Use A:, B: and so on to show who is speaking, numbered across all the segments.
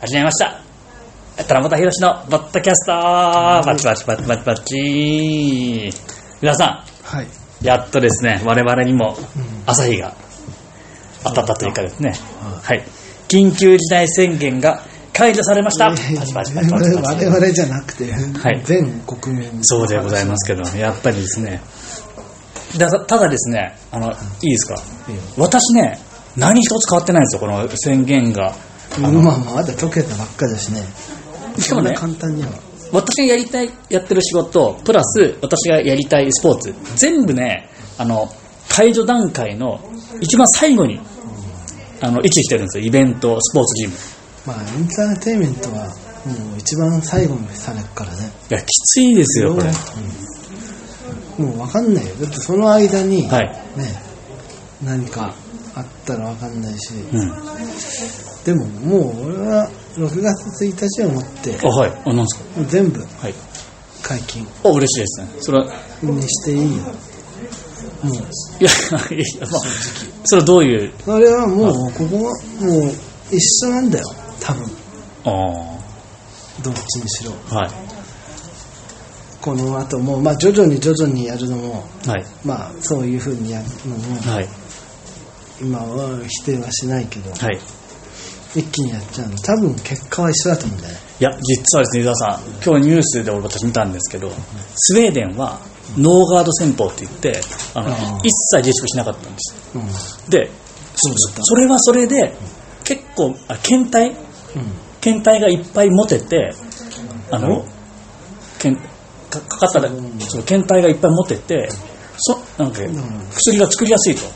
A: 始めました田中宏のボッドキャストバチバチバチバチバチ皆さ
B: はい、
A: んやっとですね我々にも朝日が当たったというかですねはい緊急事態宣言が解除されましたバチバチバチバチバ
B: 我
A: チ
B: 々じゃなくて、
A: い
B: 全国民
A: そうでございますけどやっぱりですねだただですねあのいいですか
B: いいよ
A: 私ね何一つ変わってないんですよこの宣言が
B: まあまあまだ溶けたばっかだしね
A: しかもね
B: そんな簡単には
A: 私がやりたいやってる仕事プラス私がやりたいスポーツ全部ねあの解除段階の一番最後にあの位置してるんですよイベントスポーツジムい
B: まあエンターテインメントはもう一番最後にされるからね
A: やきついですよこれ
B: うんもう分かんないよだってその間に、
A: はい
B: ね何かあったら分かんないし、
A: うん
B: でももう俺は6月1日をもって
A: あはいあなんですか
B: もう全部
A: はい
B: 解禁
A: あ嬉しいですねそれはい
B: にしていいよもう
A: やいやまあそれはどういう
B: それはもうここはもう一緒なんだよ多分
A: ああ
B: どっちにしろ
A: はい
B: この後もまあ徐々に徐々にやるのも
A: はい
B: まあそういうふうにやるのも
A: はい
B: 今は否定はしないけど
A: はい
B: 一気にやっちゃうの多分結果は一緒だと思うんだよね
A: いや、実はですね、伊沢さん、今日ニュースで俺私見たんですけど、スウェーデンはノーガード戦法って言って、あの
B: あー
A: 一切自粛しなかったんです。
B: うん
A: で、
B: そうだった
A: それはそれで、結構、あ検体
B: う
A: 検体がいっぱい持てて、あの、検かかかったら、
B: うん
A: その検体がいっぱい持てて、そなんか
B: ん
A: 薬が作りやすいと。だ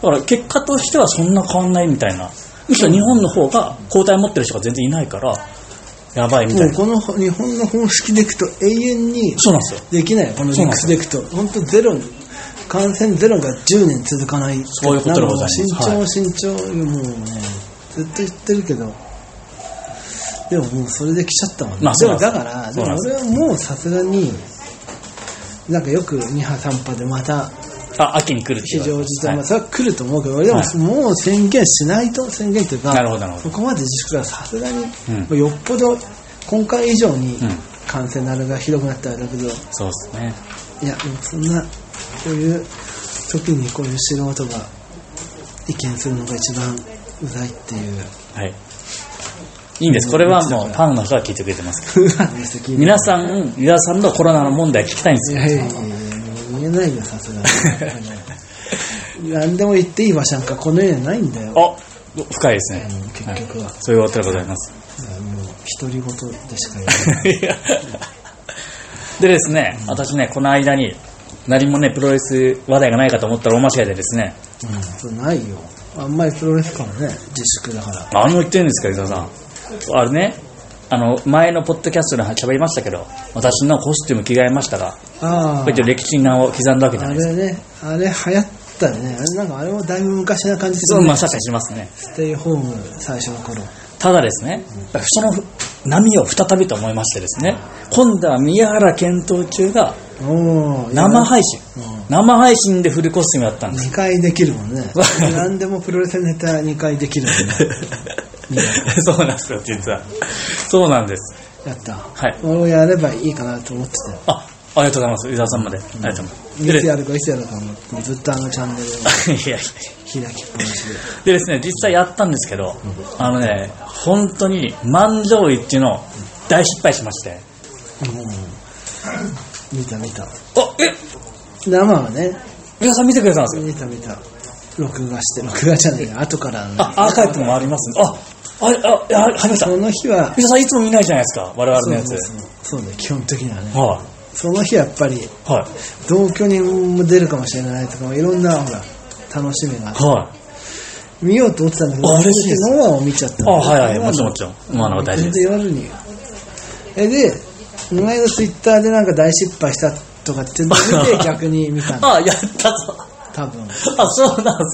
A: から結果としてはそんな変わんないみたいな。むしろ日本の方が抗体持ってる人が全然いないから、やばいみたい
B: も
A: な
B: う。この日本の方式でいくと永遠に
A: そうなんですよ。
B: できないよこの
A: そうなんで
B: 理屈
A: す
B: でいくと本当ゼロ感染ゼロが10年続かない
A: そういうことでございます
B: なんかもう慎重慎重もうねずっと言ってるけどでももうそれで来ちゃったもんね、
A: まあ
B: で
A: そうな
B: も
A: んです
B: だから
A: そ
B: で
A: うなん
B: も
A: です
B: 俺はもうさすがになんかよく2波3波でまた
A: あ、秋に来るって
B: 非
A: 言わ
B: 常
A: れて
B: 事態、まあ
A: ます
B: それは来ると思うけど俺でも
A: はい
B: もう宣言しないと宣言というか、
A: なるほどなるほど
B: そこまで自粛はさすがに、
A: うん
B: もうよっぽど今回以上に
A: うん
B: 感染なるがひどくなったらだけど、
A: そうですね。
B: いや、でもそんな、こういう時にこういう素人が意見するのが一番うざいっていう。
A: はい。いいんです。これはもうファンの人は聞いてくれてますけ
B: う ざいです
A: ど。
B: 君
A: 皆さん、伊沢さんのコロナの問題聞きたいんで
B: い
A: すよ。
B: やいやいやいや、言えないよ、さすがに。何でも言っていい場所なんかこの世にはないんだよ。
A: あ、深いです
B: あ
A: ね。
B: の結局は、
A: そういうことでございます。
B: もう独り言でしか言えない。
A: でですね、私ね、この間に何もね、プロレス話題がないかと思ったら大間違いでですね、
B: うん、そうないよ。あんまりプロレスからね、自粛だから。
A: 何を言ってるんですか、伊沢さん。あれね、あの、前のポッドキャストで喋りましたけど、私のコスチューム着替えましたが、
B: あ
A: こ
B: あ
A: うやって歴史に名を刻んだわけじゃ
B: あ
A: ないですか。
B: れね、あれ流行ったよね。あれなんかあれもだいぶ昔な感じす
A: そ
B: る
A: う、
B: ね
A: まあ、確かにしますね。
B: ステイホーム最初の頃。
A: ただですね、その波を再びと思いましてですね、今度は宮原検討中が
B: おお
A: 生配信、
B: う
A: 生配信でフルコスチュームだったんです。
B: 2回できるも んね
A: わ
B: 何でもプロレスネタ2回できるもん ね
A: そうなんですよ、実は。そうなんです。
B: やった
A: はい
B: 俺をやればいいかなと思ってたよ
A: あ、ありがとうございます、伊沢さんまで。ありがとうございます。
B: い
A: で
B: つやるかいつやるか思ってずっとあのチャンネルを
A: い やいや
B: 開きっぱなし
A: で
B: で
A: ですね、実際やったんですけど、あのね、本当に満場一致の大失敗しまして、
B: うん見た見た
A: あ、え、
B: 生はね
A: 伊沢さん見てくれたんですよ。
B: 見た見た録画して録画じゃないや後からね
A: あ、アーカイブもありますね。あ、あ、あ、あ、ありました。
B: その日は
A: 伊沢さんいつも見ないじゃないですか、我々
B: そ
A: のや
B: う
A: つ。
B: そうそうそうね基本的にはね
A: は
B: その日はやっぱり
A: い。はい。
B: 同居人も出るかもしれないとかいろんなほら楽しみがあって
A: はい。
B: 見ようと思ってたんだけど、
A: あ嬉しいです
B: ノアを見ちゃった
A: あ、はいはい。もちろん
B: ん
A: もちろん。まあ、なんか大事です。
B: す。全然夜に。え、で、この間ツイッターでなんか大失敗したとかって見て 逆に見たの、
A: あ、やったぞ。
B: 多分。
A: あ、そうなんで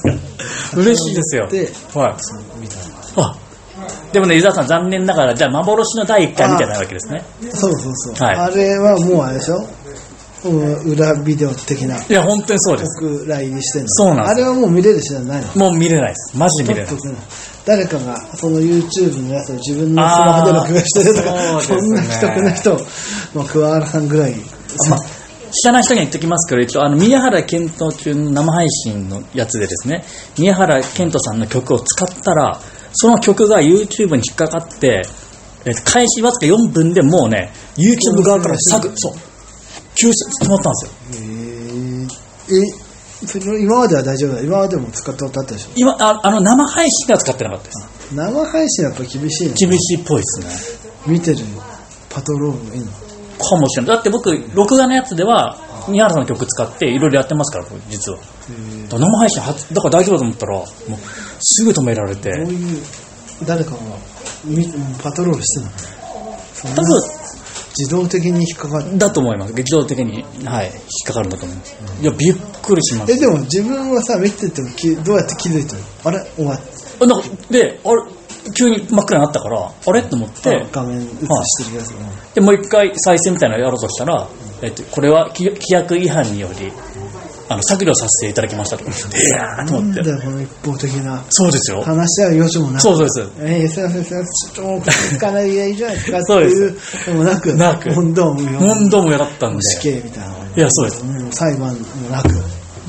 A: すか。嬉しいですよ。
B: で
A: はい。
B: 見たの
A: あ、でもね、伊沢さん残念ながら、じゃあ幻の第一回みたいなわけですね。
B: そうそうそう。
A: はい
B: あれはもうあれでしょうん裏ビデオ的ない
A: や、本当にそうです。
B: 特来にしてんの。
A: そうなんです
B: あれはもう見れるしじゃないの。
A: もう見れないです。マジで見れない
B: 撮っとくの誰かがその YouTube のやつを自分のスマホで録画してるとか、
A: あー
B: そ
A: そうんで
B: な
A: すね
B: 既得な人、まあ、桑原さんぐらい、
A: まあ、知らない人には言ってきますけど、一応、あの、宮原健人中の生配信のやつでですね、宮原健人さんの曲を使ったら、その曲が YouTube に引っかかって、えー開始わずか4分でもうね、YouTube 側から削
B: う
A: ぐ、
B: ん
A: そう、休止してまったんですよ。
B: えー、え、それ今までは大丈夫だ。今までも使ったことあったでしょ。
A: 今、ああの、生配信では使ってなかったです。
B: 生配信やっぱ厳しいの
A: 厳しいっぽいですね。
B: 見てるパトロールがいいの
A: かもしれない。だって僕、録画のやつでは、宮原さんの曲使っていろいろやってますから、僕実は。だから生配信初、だから大丈夫だと思ったら、もう、すぐ止められて。
B: こういう誰かがみパトロールしてるのそんな
A: 多分、
B: 自動的に引っかかる
A: だと思います。劇場的に、はい、引っかかるんだと思います。いや、びっくりしま
B: え
A: す。
B: でも自分はさ見ててもきどうやって気づいたのあれ終わっ
A: あなんか、で、あれ、急に真っ暗になったから、あれと思って、
B: て画面映してるやつが、
A: で、もう一回再生みたいなのやろうとしたら、えっと、これは規規約違反により、あの、削除させていただきましたとか言って。いやーと
B: な
A: 思
B: ん
A: って
B: だ。よこの一方的な
A: そうですよ。
B: 話し合う余地もなく
A: そうそうです。
B: えー、すいませんすいませんちょっともう聞かないでいいじゃないですかっ て
A: そう
B: いう
A: で
B: のもなく
A: なく
B: 問答無用
A: 問答もやだったんで。
B: 死刑みたいなのも
A: いや、そうです。
B: うん裁判もなく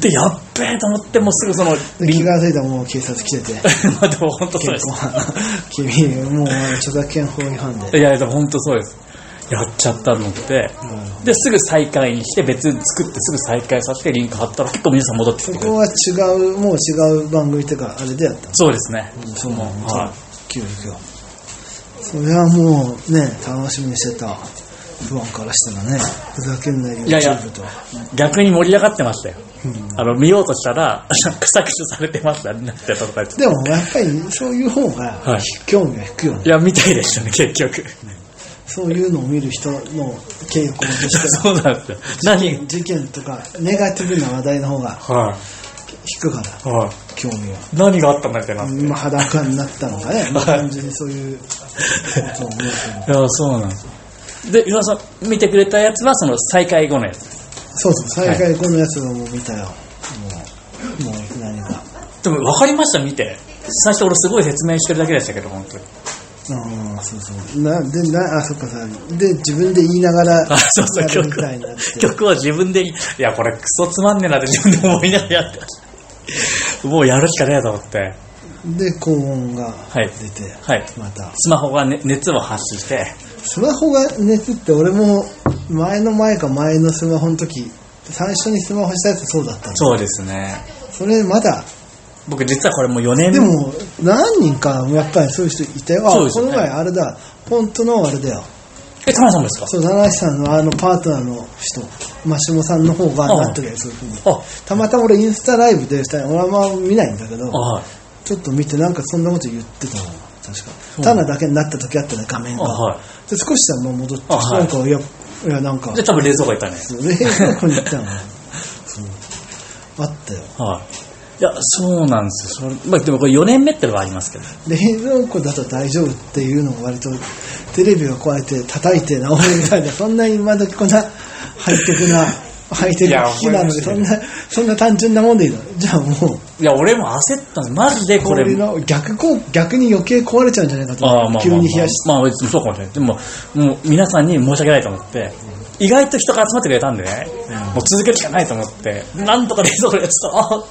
A: で、やっべえと思って、もうすぐその、
B: で気が付いたらもう警察来てて
A: まあでも本当そうで。
B: 結構君もう著作権法違反です
A: いや、でも本当そうです。やっちゃったので、で、すぐ再開にして、別作ってすぐ再開させてリンク貼ったら結構皆さん戻ってき
B: そ
A: てくれ
B: こ
A: る。
B: は違うもう違う番組っていうかあれでやったの
A: そうですね。
B: その
A: は
B: 教育をそれはもうね楽しみにしてた不安からしたらねふざけんない
A: いやいや
B: YouTube と
A: い。逆に盛り上がってましたよ。
B: うん
A: あの、見ようとしたら、なんか搾取されてましたね、なってたとか言って。
B: でもやっぱりそういう方が
A: はい
B: 興味が引くよね
A: いや、みたいでしたね、結局。
B: そういうのを見る人の傾向として
A: そうなんですよ。
B: は
A: 何
B: 事件とかネガティブな話題の方が
A: は
B: 引くから
A: い。はい。
B: 興味が
A: 何があったんだっけなって。
B: 今裸になったのがね、 まあ単純にそういうことを思うけど
A: いや、そうなんです。で、岩田さん、見てくれたやつは、その、再開後のやつ。
B: そうそう、最下位このやつがもう見たよ。もう、もう何か。
A: でも、分かりました、見て。最初、俺、すごい説明してるだけでしたけど、本当に。
B: ああ、そうそう。な、で、な、あ、そっかさ、で、自分で言いながら、
A: あ、そうそう、
B: やる
A: 曲
B: みたいになって。
A: 曲は自分で、いや、これ、クソつまんねえなって自分で思いながらやってました。もうやるしかねえと思って。
B: で、高音が
A: はい
B: 出て、
A: はい。
B: また。
A: スマホが、ね、熱を発信して、
B: スマホが熱って、俺も、前の前か前のスマホの時、最初にスマホしたやつそうだったの。
A: そうですね。
B: それまだ、
A: 僕、実はこれもう4年
B: でも、何人か、やっぱりそういう人いたよ。
A: そう
B: あ、
A: です
B: こ
A: よ
B: の
A: ね
B: 前、あれだ、ポントのあれだよ。
A: え、田辺さんもですか
B: そう、七橋さんのあのパートナーの人、マシモさんの方がなってるやつ、そういうふうに。
A: あ、
B: たまたま俺インスタライブでした俺はあんま見ないんだけど
A: あ、はい。
B: ちょっと見てなんかそんなこと言ってたの確か
A: う
B: タナだけになった時あったね画面
A: あ、
B: が、
A: は
B: で少しさまあ戻ってきて
A: あはい
B: なんか、い、やいやなんか
A: い。で、多分冷蔵庫行ったね。
B: 冷蔵庫に行った のそうあったよ
A: はい。いや、そうなんですよ。それまあ、でもこれ4年目ってのはありますけど。
B: 冷蔵庫だと大丈夫っていうのも割とテレビをこうやって叩いて直るみ たいなそんな今時こんなハイテクなハイテク機器なのに
A: いや
B: そ
A: 思
B: ん
A: い
B: な
A: ま
B: そんな単純なもんでいいのじゃあもう
A: いや、俺も焦ったんです。マジでこれ。
B: 氷の逆こう逆に余計壊れちゃうんじゃないかと
A: ああ、まあ
B: 思
A: ま
B: っ
A: あ
B: て急に冷やして
A: まあ、別にそうかもしれない。でも、もう皆さんに申し訳ないと思って、意外と人が集まってくれたんでね、もう続けるしかないと思って、なんとか冷蔵庫でやってたら、あ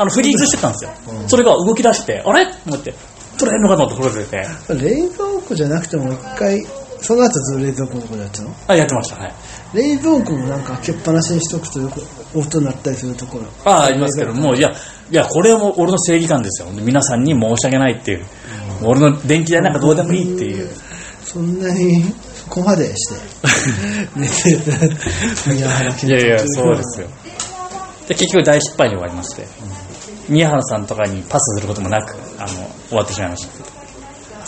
A: あの、フリーズしてたんですよ。それが動き出して、あれと思って、取れへんのかと思って取れてて、
B: 冷蔵庫じゃなくても一回その後ずっと冷蔵庫のとこでやったの
A: あ、やってました、はい。
B: 冷蔵庫もなんか開けっぱなしにしとくとよく音鳴ったりするところ
A: ああ、ありますけど、もう、いや、いや、これはもう俺の正義感ですよ。皆さんに申し訳ないっていう。俺の電気代なんかどうでもいいっていう。
B: そんなにそこまでして 寝てるな宮原 健
A: いやいや、 そうですよ。で、結局大失敗に終わりまして、宮原さんとかにパスすることもなく、あの、終わってしまいまし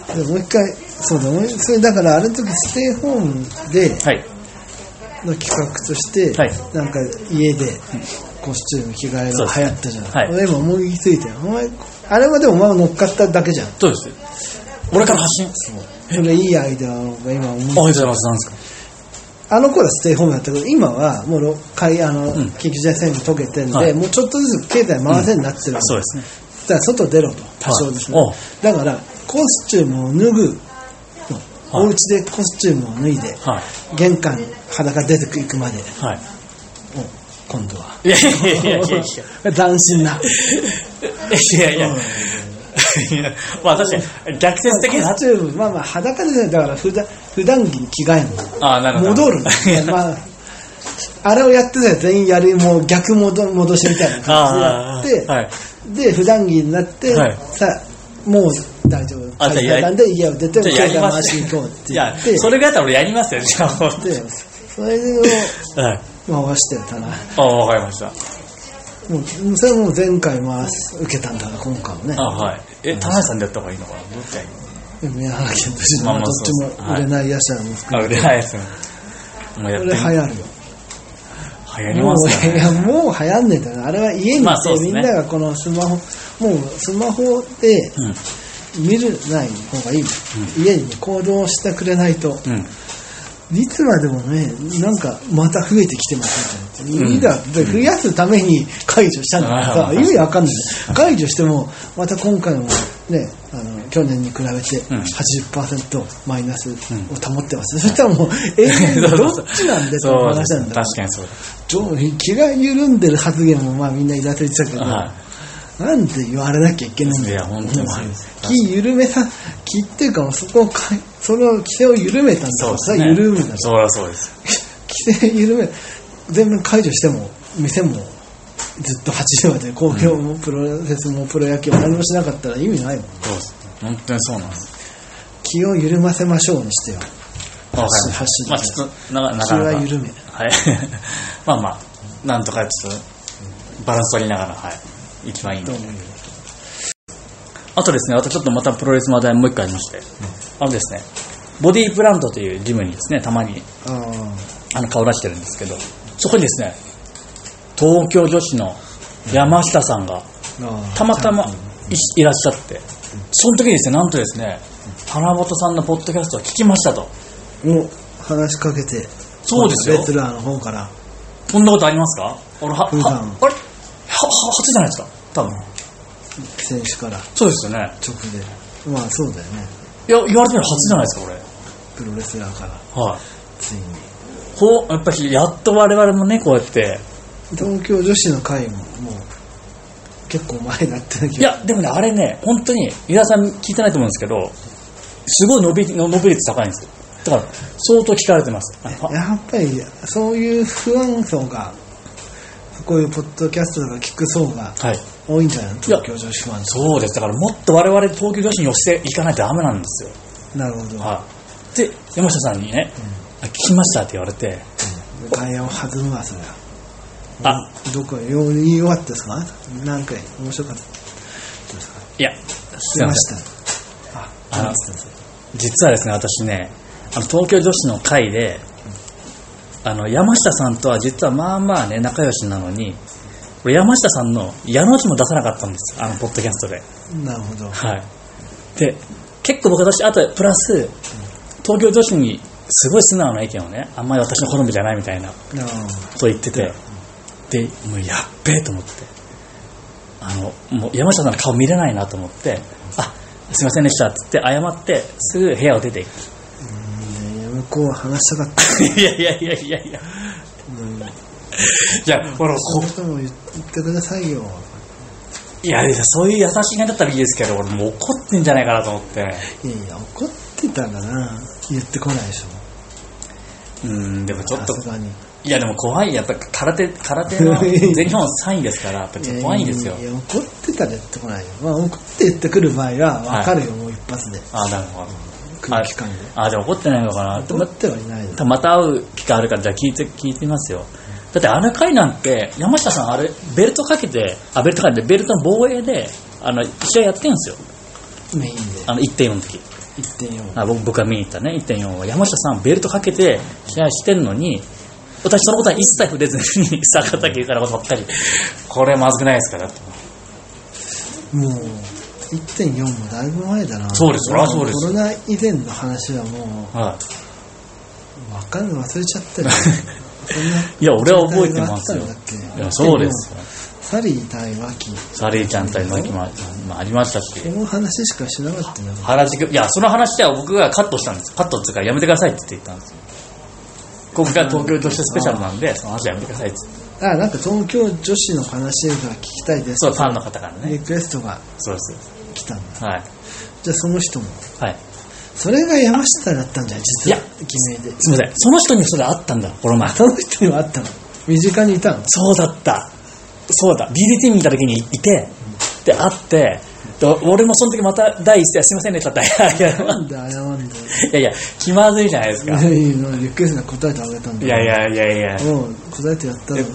A: た。
B: でもう一回そうだもうそれだからあれの時ステイホームで
A: はい。
B: の企画として、
A: はい
B: なんか家でコスチューム着替え
A: そ
B: の
A: うです
B: 流行ったじゃん、
A: はい
B: 俺今思いついたよお前あれはでもお前も乗っかっただけじゃん
A: そうですよ。俺から発信あ
B: それいいアイデアが今思いつい
A: り
B: た
A: がとうございます。なんですか
B: あの頃はステイホームだったけど今はもうろ会あの、
A: ん
B: 緊急事態宣言解けてるんで、
A: はい
B: もうちょっとずつ経済回せになってるわけ、
A: そうですね。
B: だから外出ろと多少ですね、
A: はいお
B: だからコスチュームを脱ぐの、
A: はい
B: お家でコスチュームを脱いで、
A: はい。
B: 玄関裸出ていくまでを
A: はい。
B: 今度はい
A: やいやいやいやいや。
B: 斬新ない
A: やいや。い やまあ確かに、逆
B: コ
A: 説的な
B: ス。チュームまあまあ裸でだから普段普段着に着替えるの
A: ああ、なるほど。
B: 戻る まあ、あれをやってたら全員やるもう逆戻戻しみたいな
A: あ
B: 感
A: あ、
B: じでやって、
A: はい。
B: で普段着になって、
A: はい
B: さあもう大丈夫
A: あじゃあやり
B: なんで家を出て
A: じゃあ
B: 携
A: やり
B: 帯
A: ま
B: 回
A: す
B: し
A: ね
B: に行こうって
A: い
B: 言
A: や
B: って、
A: それがやったら俺やりますよ、じゃあ。ほんと
B: でそれを
A: はい。
B: 回してたら
A: ああ、わかりました。
B: もうそれはもう前回回す受けたんだな今回もね
A: あはい。え、田橋さんでやった方がいいのかなどっちがいい
B: 宮原健として
A: まあまあ
B: どっち
A: そうそう
B: も売れない野手なんですけ
A: のあ、腕早いですね。もうや
B: ど
A: っ
B: こ
A: て
B: れ
A: み
B: 流行るよ
A: 流行りますよ
B: もうい
A: ね。
B: やもう流行んねえんだよなあれは家にい
A: まあそうです
B: て
A: ね
B: みんながこのスマホもうスマホで
A: うん。
B: 見るない方がいい、家に行動してくれないと
A: うん。
B: いつまでもねなんかまた増えてきてますみたいな
A: うん
B: いいだって増やすために解除したんだからさ、
A: うん
B: 意味わかんない解除してもまた今回もねあの去年に比べて
A: うん
B: 80%マイナスを
A: ん
B: 保ってます、そしたらもう 永遠にどっちなんでって
A: そうで
B: 話
A: す
B: な
A: ね
B: んだから
A: 確かにそうです。
B: どう気が緩んでる発言もまあみんなイラついてたけど、
A: は
B: なんで言われなきゃいけないんだ
A: い
B: よ
A: や本当に
B: もう気緩めさ気っていうかもうそこをかその規制を緩めたんだ
A: そう
B: か
A: です
B: らさ、
A: ね。
B: 緩むだろ
A: そりゃそうです。
B: 規制緩め全面解除しても店もずっと8時まで工業もプロレスもプロ野球も何もしなかったら意味ないもん
A: そうです。本当にそうなんです。
B: 気を緩ませましょうにしてよ
A: わかりま
B: 発
A: し
B: 信
A: た。まあちょっと、なかな
B: 気
A: かな
B: は
A: か。
B: 緩め
A: はい。 まあまあ、なんとかちょっと、バランス取りながら、はい。一番いいん
B: ど
A: で
B: う。思うよ
A: あとですね、あとちょっとまたプロレスの話題もう一個ありまして、あのですね、ボディープラントというジムにですね、たまに
B: あ
A: あの顔出してるんですけど、そこにですね、東京女子の山下さんが
B: ーあー
A: たまたまいいらっしゃって、その時にですね、なんとですね、花本さんのポッドキャストを聞きましたと。
B: もう話しかけて
A: そうですよ
B: レスラーの方から
A: こんなことありますか俺は、は
B: 普段
A: あれは、は、初じゃないですか多分。
B: 選手から
A: そうですよね。
B: 直でまあそうだよね
A: いや、言われてる初じゃないですか、俺。
B: プロレスラーから
A: はい。
B: ついに
A: ほう、やっぱり、やっと我々もね、こうやって、
B: 東京女子の会ももう結構前になってる
A: い
B: けど
A: や、でもね、あれね、本当に、皆さん聞いてないと思うんですけど、すごい伸び、伸び率高いんですよ。だから、相当聞かれてます。あは
B: やっぱりそういう不安層がこういうポッドキャストとか聞く層が
A: はい。
B: 多いんじゃないの東京女子ファン層
A: そうです。だから、もっと我々東京女子に寄せていかないとダメなんですよ。
B: なるほど、
A: はい。で、山下さんにね、あ聞きましたって言われて、
B: 外野を弾むわそれは
A: あ、
B: どこよう言い終わったですか何回面白かったですか
A: いや、
B: 聞
A: す
B: き
A: いま
B: ま
A: せん。
B: したあ
A: あの
B: 話してた
A: 実はですね私ねあの東京女子の会であの山下さんとは実はまあまあね仲良しなのに俺山下さんの矢の字も出さなかったんですあのポッドキャストで
B: なるほど
A: はいで結構僕私あとプラス東京女子にすごい素直な意見をねあんまり私の好みじゃないみたいなこ
B: なあ
A: とを言っててでもうやっべえと思ってあのもう山下さんの顔見れないなと思ってあすいませんでしたっつって謝ってすぐ部屋を出ていく
B: うんいや向こうは話したかっ た
A: いやいやいやいやいや。
B: うん
A: いや、ほら、
B: そ
A: こ
B: れとも言ってくださいよ
A: いや、いやそういう優しい感じだったらいいですけど、俺もう怒ってんじゃないかなと思って。
B: いやいや怒ってたかな言ってこないでし
A: う
B: ょ
A: ん、でもちょっと
B: さ、すがに
A: いやでも怖い、やっぱ空手、空手の全日本3位ですから、やっぱちょっと怖 いんですよ
B: い。やいや怒ってたら言ってこないよ、まあ、怒って言ってくる場合は分かるよ、もう一発で
A: あ、なるほど。
B: 空気感で
A: あ、じゃあ怒ってないのかな。で
B: 怒
A: も
B: ってはいないです
A: 多分また会う機会あるから、じゃあ聞いて、聞いてみますよ。だってあの回なんて、山下さんあれ、ベルトかけて、あ、ベルトかけて、ベルトの防衛で、あの、試合やってるんですよ。
B: メインで
A: あの、1.4の時。
B: 1.4
A: あ僕僕が見に行ったね1.4は山下さんベルトかけて試合してるのに私そのことは一切触れずに坂田家からことばっかりこれまずくないですかだって
B: もう1.4もだいぶ前だな
A: そうですそりゃそうです
B: コロナ以前の話はも
A: は
B: う分かんない忘れちゃったよそんない
A: いや俺は覚えてますよ
B: そんな
A: いやそうですよ
B: サリー対脇
A: サリーちゃん対のきもまあありましたし
B: こ、の話しかしなかったな
A: 原宿、いや、その話は僕がカットしたんです。カットっていうか、やめてくださいって言って言ったんですよ。ここが東京女子スペシャルなんで、その話はやめてくださいって言って。
B: あなんか東京女子の話が聞きたいです
A: そう、ファンの方からね。
B: リクエストが
A: そうですそうです。
B: 来たんだ
A: はい。
B: じゃあその人も
A: はい。
B: それが山下だったんじゃん実はい
A: や
B: 偽名です
A: みません。その人にそれあったんだ、この前。
B: その人にはあったの身近にいたの
A: そうだった。そうだ。DDT 見た時にいて、で、会って、で俺もその時また 第一声、すいませんね、ちょっと。いやいや
B: なんで謝んだよ
A: いやいや、気まずいじゃないですか。い
B: いいのリクエストに答えてあげたんだ
A: やいやいやいや。
B: もう答えてやったの
A: え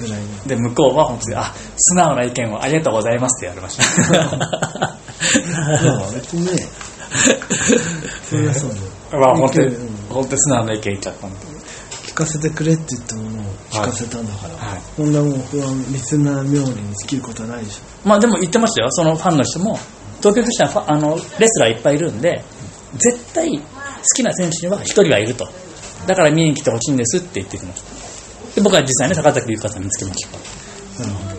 B: ぐらいの
A: で、向こうは本当に、あ、素直な意見をありがとうございますって言われま した。
B: まあ別にねそれはそうだよ
A: まあ本当に
B: うん、
A: 本当に素直な意見言っちゃったんで。
B: 聞かせてくれって言ったものを聞かせたんだから、
A: はい
B: こんなもん不安リスナー冥利に尽きることはないでし
A: まあでも言ってましたよ、そのファンの人も。東京女子はファンあのレスラーいっぱいいるんで、絶対好きな選手には一人はいると。だから見に来てほしいんですって言ってきました。で僕は実際ね、坂崎優香さん見つけました。
B: ょなるほど
A: で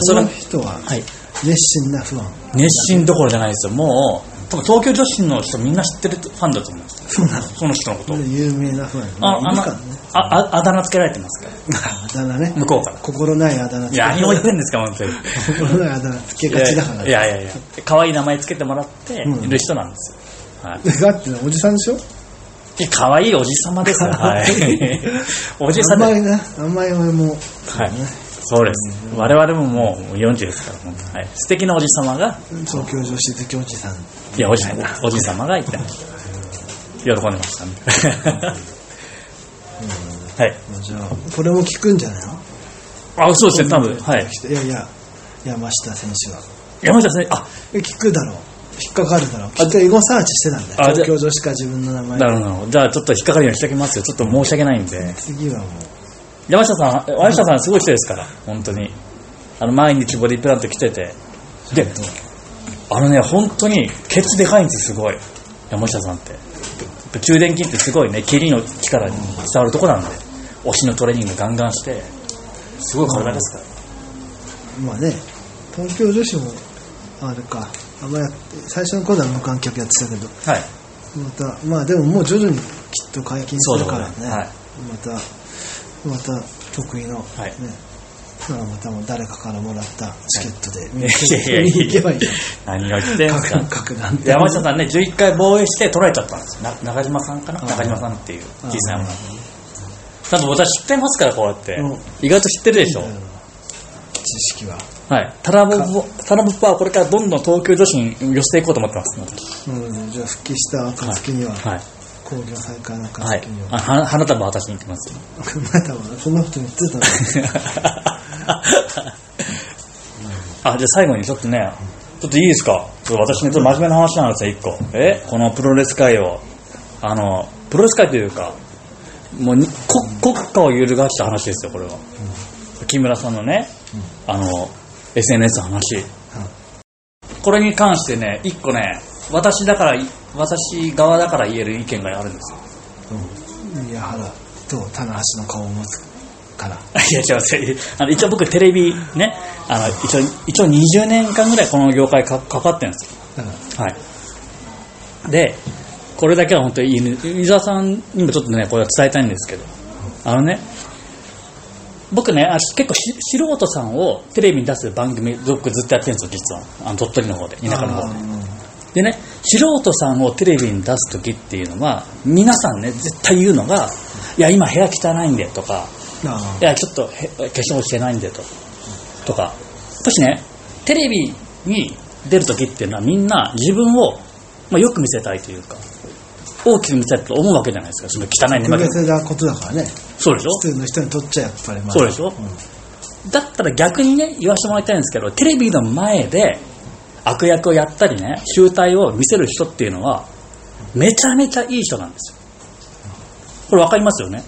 B: そ
A: それ
B: の
A: は
B: 人は
A: はい。
B: 熱心な不安
A: 熱心どころじゃないですよ。もう、多分東京女子の人みんな知ってるファンだと思うんですよ。
B: そうなの
A: その人のこと。
B: 有名な不安
A: あ、
B: まあ
A: あ
B: い
A: の
B: るからね、
A: あ、ああだ名つけられてますから。
B: あだ名ね
A: 向こうから。
B: 心ないあだ名
A: い
B: つけ
A: や何を言ってんですか、本当に。
B: 心ないあだ名つけがちだから
A: いやいやいや。可愛い名前つけてもらって、
B: うん
A: いる人なんですよ。はい。
B: だっておじさんでしょ
A: いや可愛いおじさまですよ。 はい。おじさま
B: 甘
A: で
B: いな甘い俺も
A: す。はい。そうです。我々ももう40ですから、本当はい。素敵なおじさまが、
B: 東京女子好きおじさん
A: いや、おじさんだ。おじさまがいた。喜んでましたね。 はい。
B: じゃあこれも聞くんじゃないの
A: あ、そうですね、多分。はい。
B: いやいや山下選手は
A: 山下先生、あ、
B: え聞くだろう引っかかるだろうきっとエゴサーチしてたんだ
A: あ
B: よ
A: じゃ
B: 東京女子か自分の名前
A: なるほどなるほど。じゃあ、ちょっと引っかかるようにしておきますよ。ちょっと申し訳ないんで。
B: 次はもう
A: 山下さん、山下さんすごい人ですから、本当に。あの、毎日ボディプラント来てて。で、あのね、本当に、ケツでかいんです、すごい。山下さんって。ぶ中殿筋ってすごいね、蹴りの力に伝わるとこなんで、推しのトレーニングガンガンして、すごい体ですから。
B: まあね東京女子もあれかあんまやって最初の頃は無観客やってたけど
A: はい。
B: またまあでももう徐々にきっと解禁するからね
A: そうだねはい
B: またまた得意の、
A: はい
B: ねまあ、またもう誰かからもらったチケットで
A: い
B: 見に
A: いやいやいや
B: 行けばいいじゃん
A: 何が言ってんすか
B: 感。覚なんて
A: 山下さんね、11回防衛して取られちゃったんですよ。な中島さんかな
B: あ
A: 中島さんっていう
B: あ
A: 小さいもの。ちゃんと私知ってますから、こうやって
B: うん。
A: 意外と知ってるでしょ。
B: 知識は、
A: はい。タラボボ、タラボボはこれからどんどん東京女子に寄せていこうと思ってますので。
B: うん、じゃあ復帰した暁には、
A: はい。
B: 工業再開の
A: は
B: 暁
A: い
B: に。は、
A: あ、は花束渡しに行きますよ。
B: またはそんなこと言ってたの
A: あ、じゃあ最後にちょっとね、ちょっといいですかちょっと私ね、ちょっと真面目な話なんですよ、一個。えこのプロレス界を、あの、プロレス界というか、もうに国国家を揺るがした話ですよ、これは。木村さんのね、あの、SNS の話。これに関してね、一個ね、私だから、私側だから言える意見があるんですよ。
B: うん宮原と棚橋の顔を持つから
A: いや、違うせ、あの、一応僕テレビね、あの、一応、一応20年間ぐらいこの業界かかかってるんですよ。
B: だから
A: はい。で、これだけは本当に言いぬ、伊沢さんにもちょっとね、これは伝えたいんですけど、あのね、僕ね、あ結構し素人さんをテレビに出す番組、僕ずっとやってるんですよ、実は。あの、鳥取の方で、田舎の方で。でね、素人さんをテレビに出す時っていうのは、皆さんね、絶対言うのが、いや、今部屋汚いんだよとか、
B: あ
A: いや、ちょっとへ化粧してないんでと。とか。もしね、テレビに出るときっていうのはみんな自分を、まあ、よく見せたいというか、大きく見せたいと思うわけじゃないですか。その汚い
B: あ
A: ね、
B: 特別なことだからね
A: そうでしょ
B: 普通の人にとっちゃやっぱりまだ
A: そうでしょだったら逆にね、言わせてもらいたいんですけど、テレビの前で悪役をやったりね、醜態を見せる人っていうのは、めちゃめちゃいい人なんですよ。これわかりますよね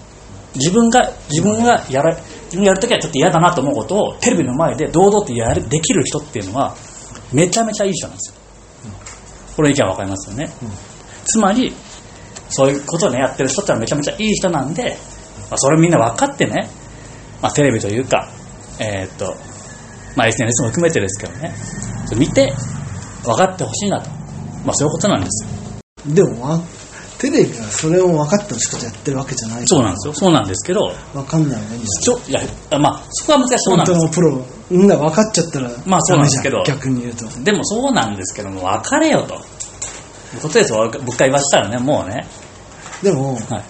A: 自分が、自分がやら、自分がやるときはちょっと嫌だなと思うことを、テレビの前で堂々とやる、できる人っていうのは、めちゃめちゃいい人なんですよ。これ意見わかりますよね。
B: うん
A: つまり、そういうことをね、やってる人ってのはめちゃめちゃいい人なんで、まあ、それみんな分かってね、まあ、テレビというか、えーっとまあ SNS も含めてですけどね、見て分かってほしいなと。まあそういうことなんですよ。
B: でもあテレビはそれを分かってほしくてやってるわけじゃない
A: そうなんですよ。そうなんですけど、
B: 分かんないもんじ
A: ちょ、いや、まあそこは難しいそうな
B: 本
A: んで
B: 当のプロみんな分かっちゃったら
A: まあそうなんですけ
B: ダ
A: ど
B: メじゃん逆に言うと
A: す。でもそうなんですけども、別れよと。いうことですよ、僕が言わせたらね、もうね。
B: でも
A: はい。
B: まあいい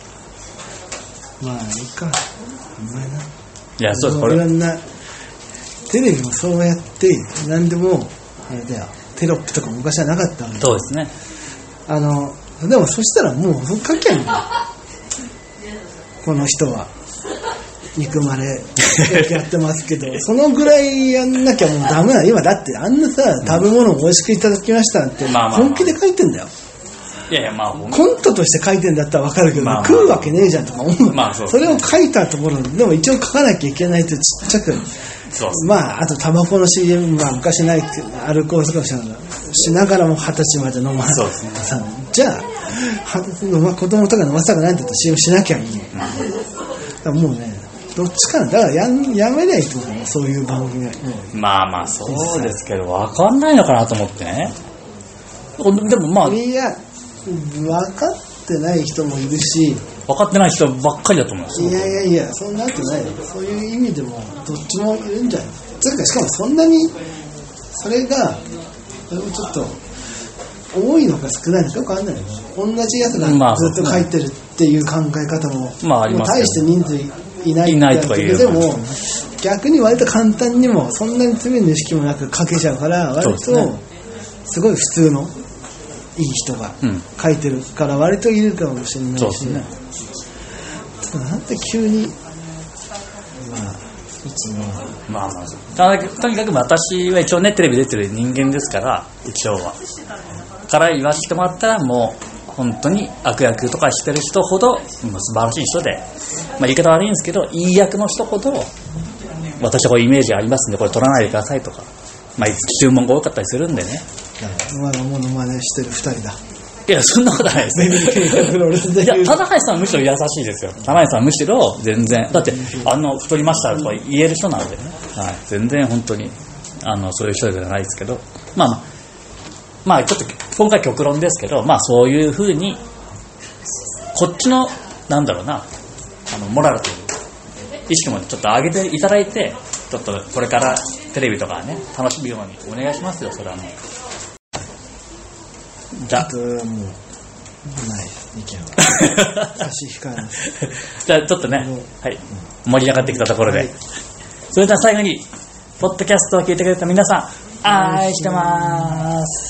B: かお前ない
A: や、そうです、こ
B: いろ
A: れ。
B: んなテレビもそうやって何でもあれだよテロップとか昔はなかったわけ
A: そうですね。
B: あのでもそしたらもう書けんだこの人は憎まれよくやってますけどそのぐらいやんなきゃもうダメなの今だってあんなさ食べ物を美味しくいただきましたなんて
A: まあまあまあ
B: 本気で書いてんだよ
A: いやいや、まあ、ほん
B: コントとして書いてんだったらわかるけど、
A: まあまあ
B: 食うわけねえじゃんとか思う、
A: まあそう
B: それを書いたところでも一応書かなきゃいけないとちっちゃく
A: そうです
B: まああとタバコの CM は昔ないけどアルコールとかもしながらしながらも二十歳まで飲ま
A: そうですね
B: さじゃあはまあ子供とか飲ませたくないん だったら CM しなきゃいいねだからもうねどっちかなだからやんやめないと思うよそういう番組はもう
A: まあまあそうですけど、わかんないのかなと思ってね。でもまあ、分
B: いや分かってない人もいるし
A: かってない人ばっかりだと思います
B: い。やいやいや、そんなわけないよそういう意味でも、どっちもいるんじゃないつうか、しかもそんなに、それが、それもちょっと、多いのか少ないのかよくわかんないよね。同じやつ
A: ま
B: が
A: あ
B: ずっと書いてるっていう考え方も、
A: まあありますけ
B: 大して
A: ど
B: 人数いない
A: いないとか言えば
B: でも、逆に割と簡単にも、そんなに罪の意識もなく書けちゃうから、割
A: そうです
B: と
A: ね、
B: すごい普通の、いい人が
A: うん
B: 書いてるから、割といるかもしれないし。
A: そうですね。
B: なんで急に、まあ、一応、
A: まあまあそうただとにかく私は一応ね、テレビ出てる人間ですから、一応は。から言わせてもらったら、もう、本当に悪役とかしてる人ほど、もう素晴らしい人で、まあ言い方悪いんですけど、いい役の人ほど、私はこういうイメージありますんで、これ取らないでくださいとか、まあ注文が多かったりするんでね。
B: お前がモノマネしてる二人だ。
A: いや、そんなことはないです。
B: プロレスで
A: いや、棚橋さんはむしろ優しいですよ。棚橋さんはむしろ全然、だって、あの、太りましたとか言える人なのでね。はい。全然本当に、あの、そういう人じゃないですけど、まあまあ、まあちょっと今回極論ですけど、まあそういうふうに、こっちの、なんだろうな、あの、モラルという意識もちょっと上げていただいて、ちょっとこれからテレビとかね、楽しむようにお願いしますよ、それはね。じゃあ
B: あとはもう、ない、意見は。 差し控えます。
A: じゃあちょっとね、はい、盛り上がってきたところで、
B: はい
A: それでは最後にポッドキャストを聞いてくれた皆さん愛してます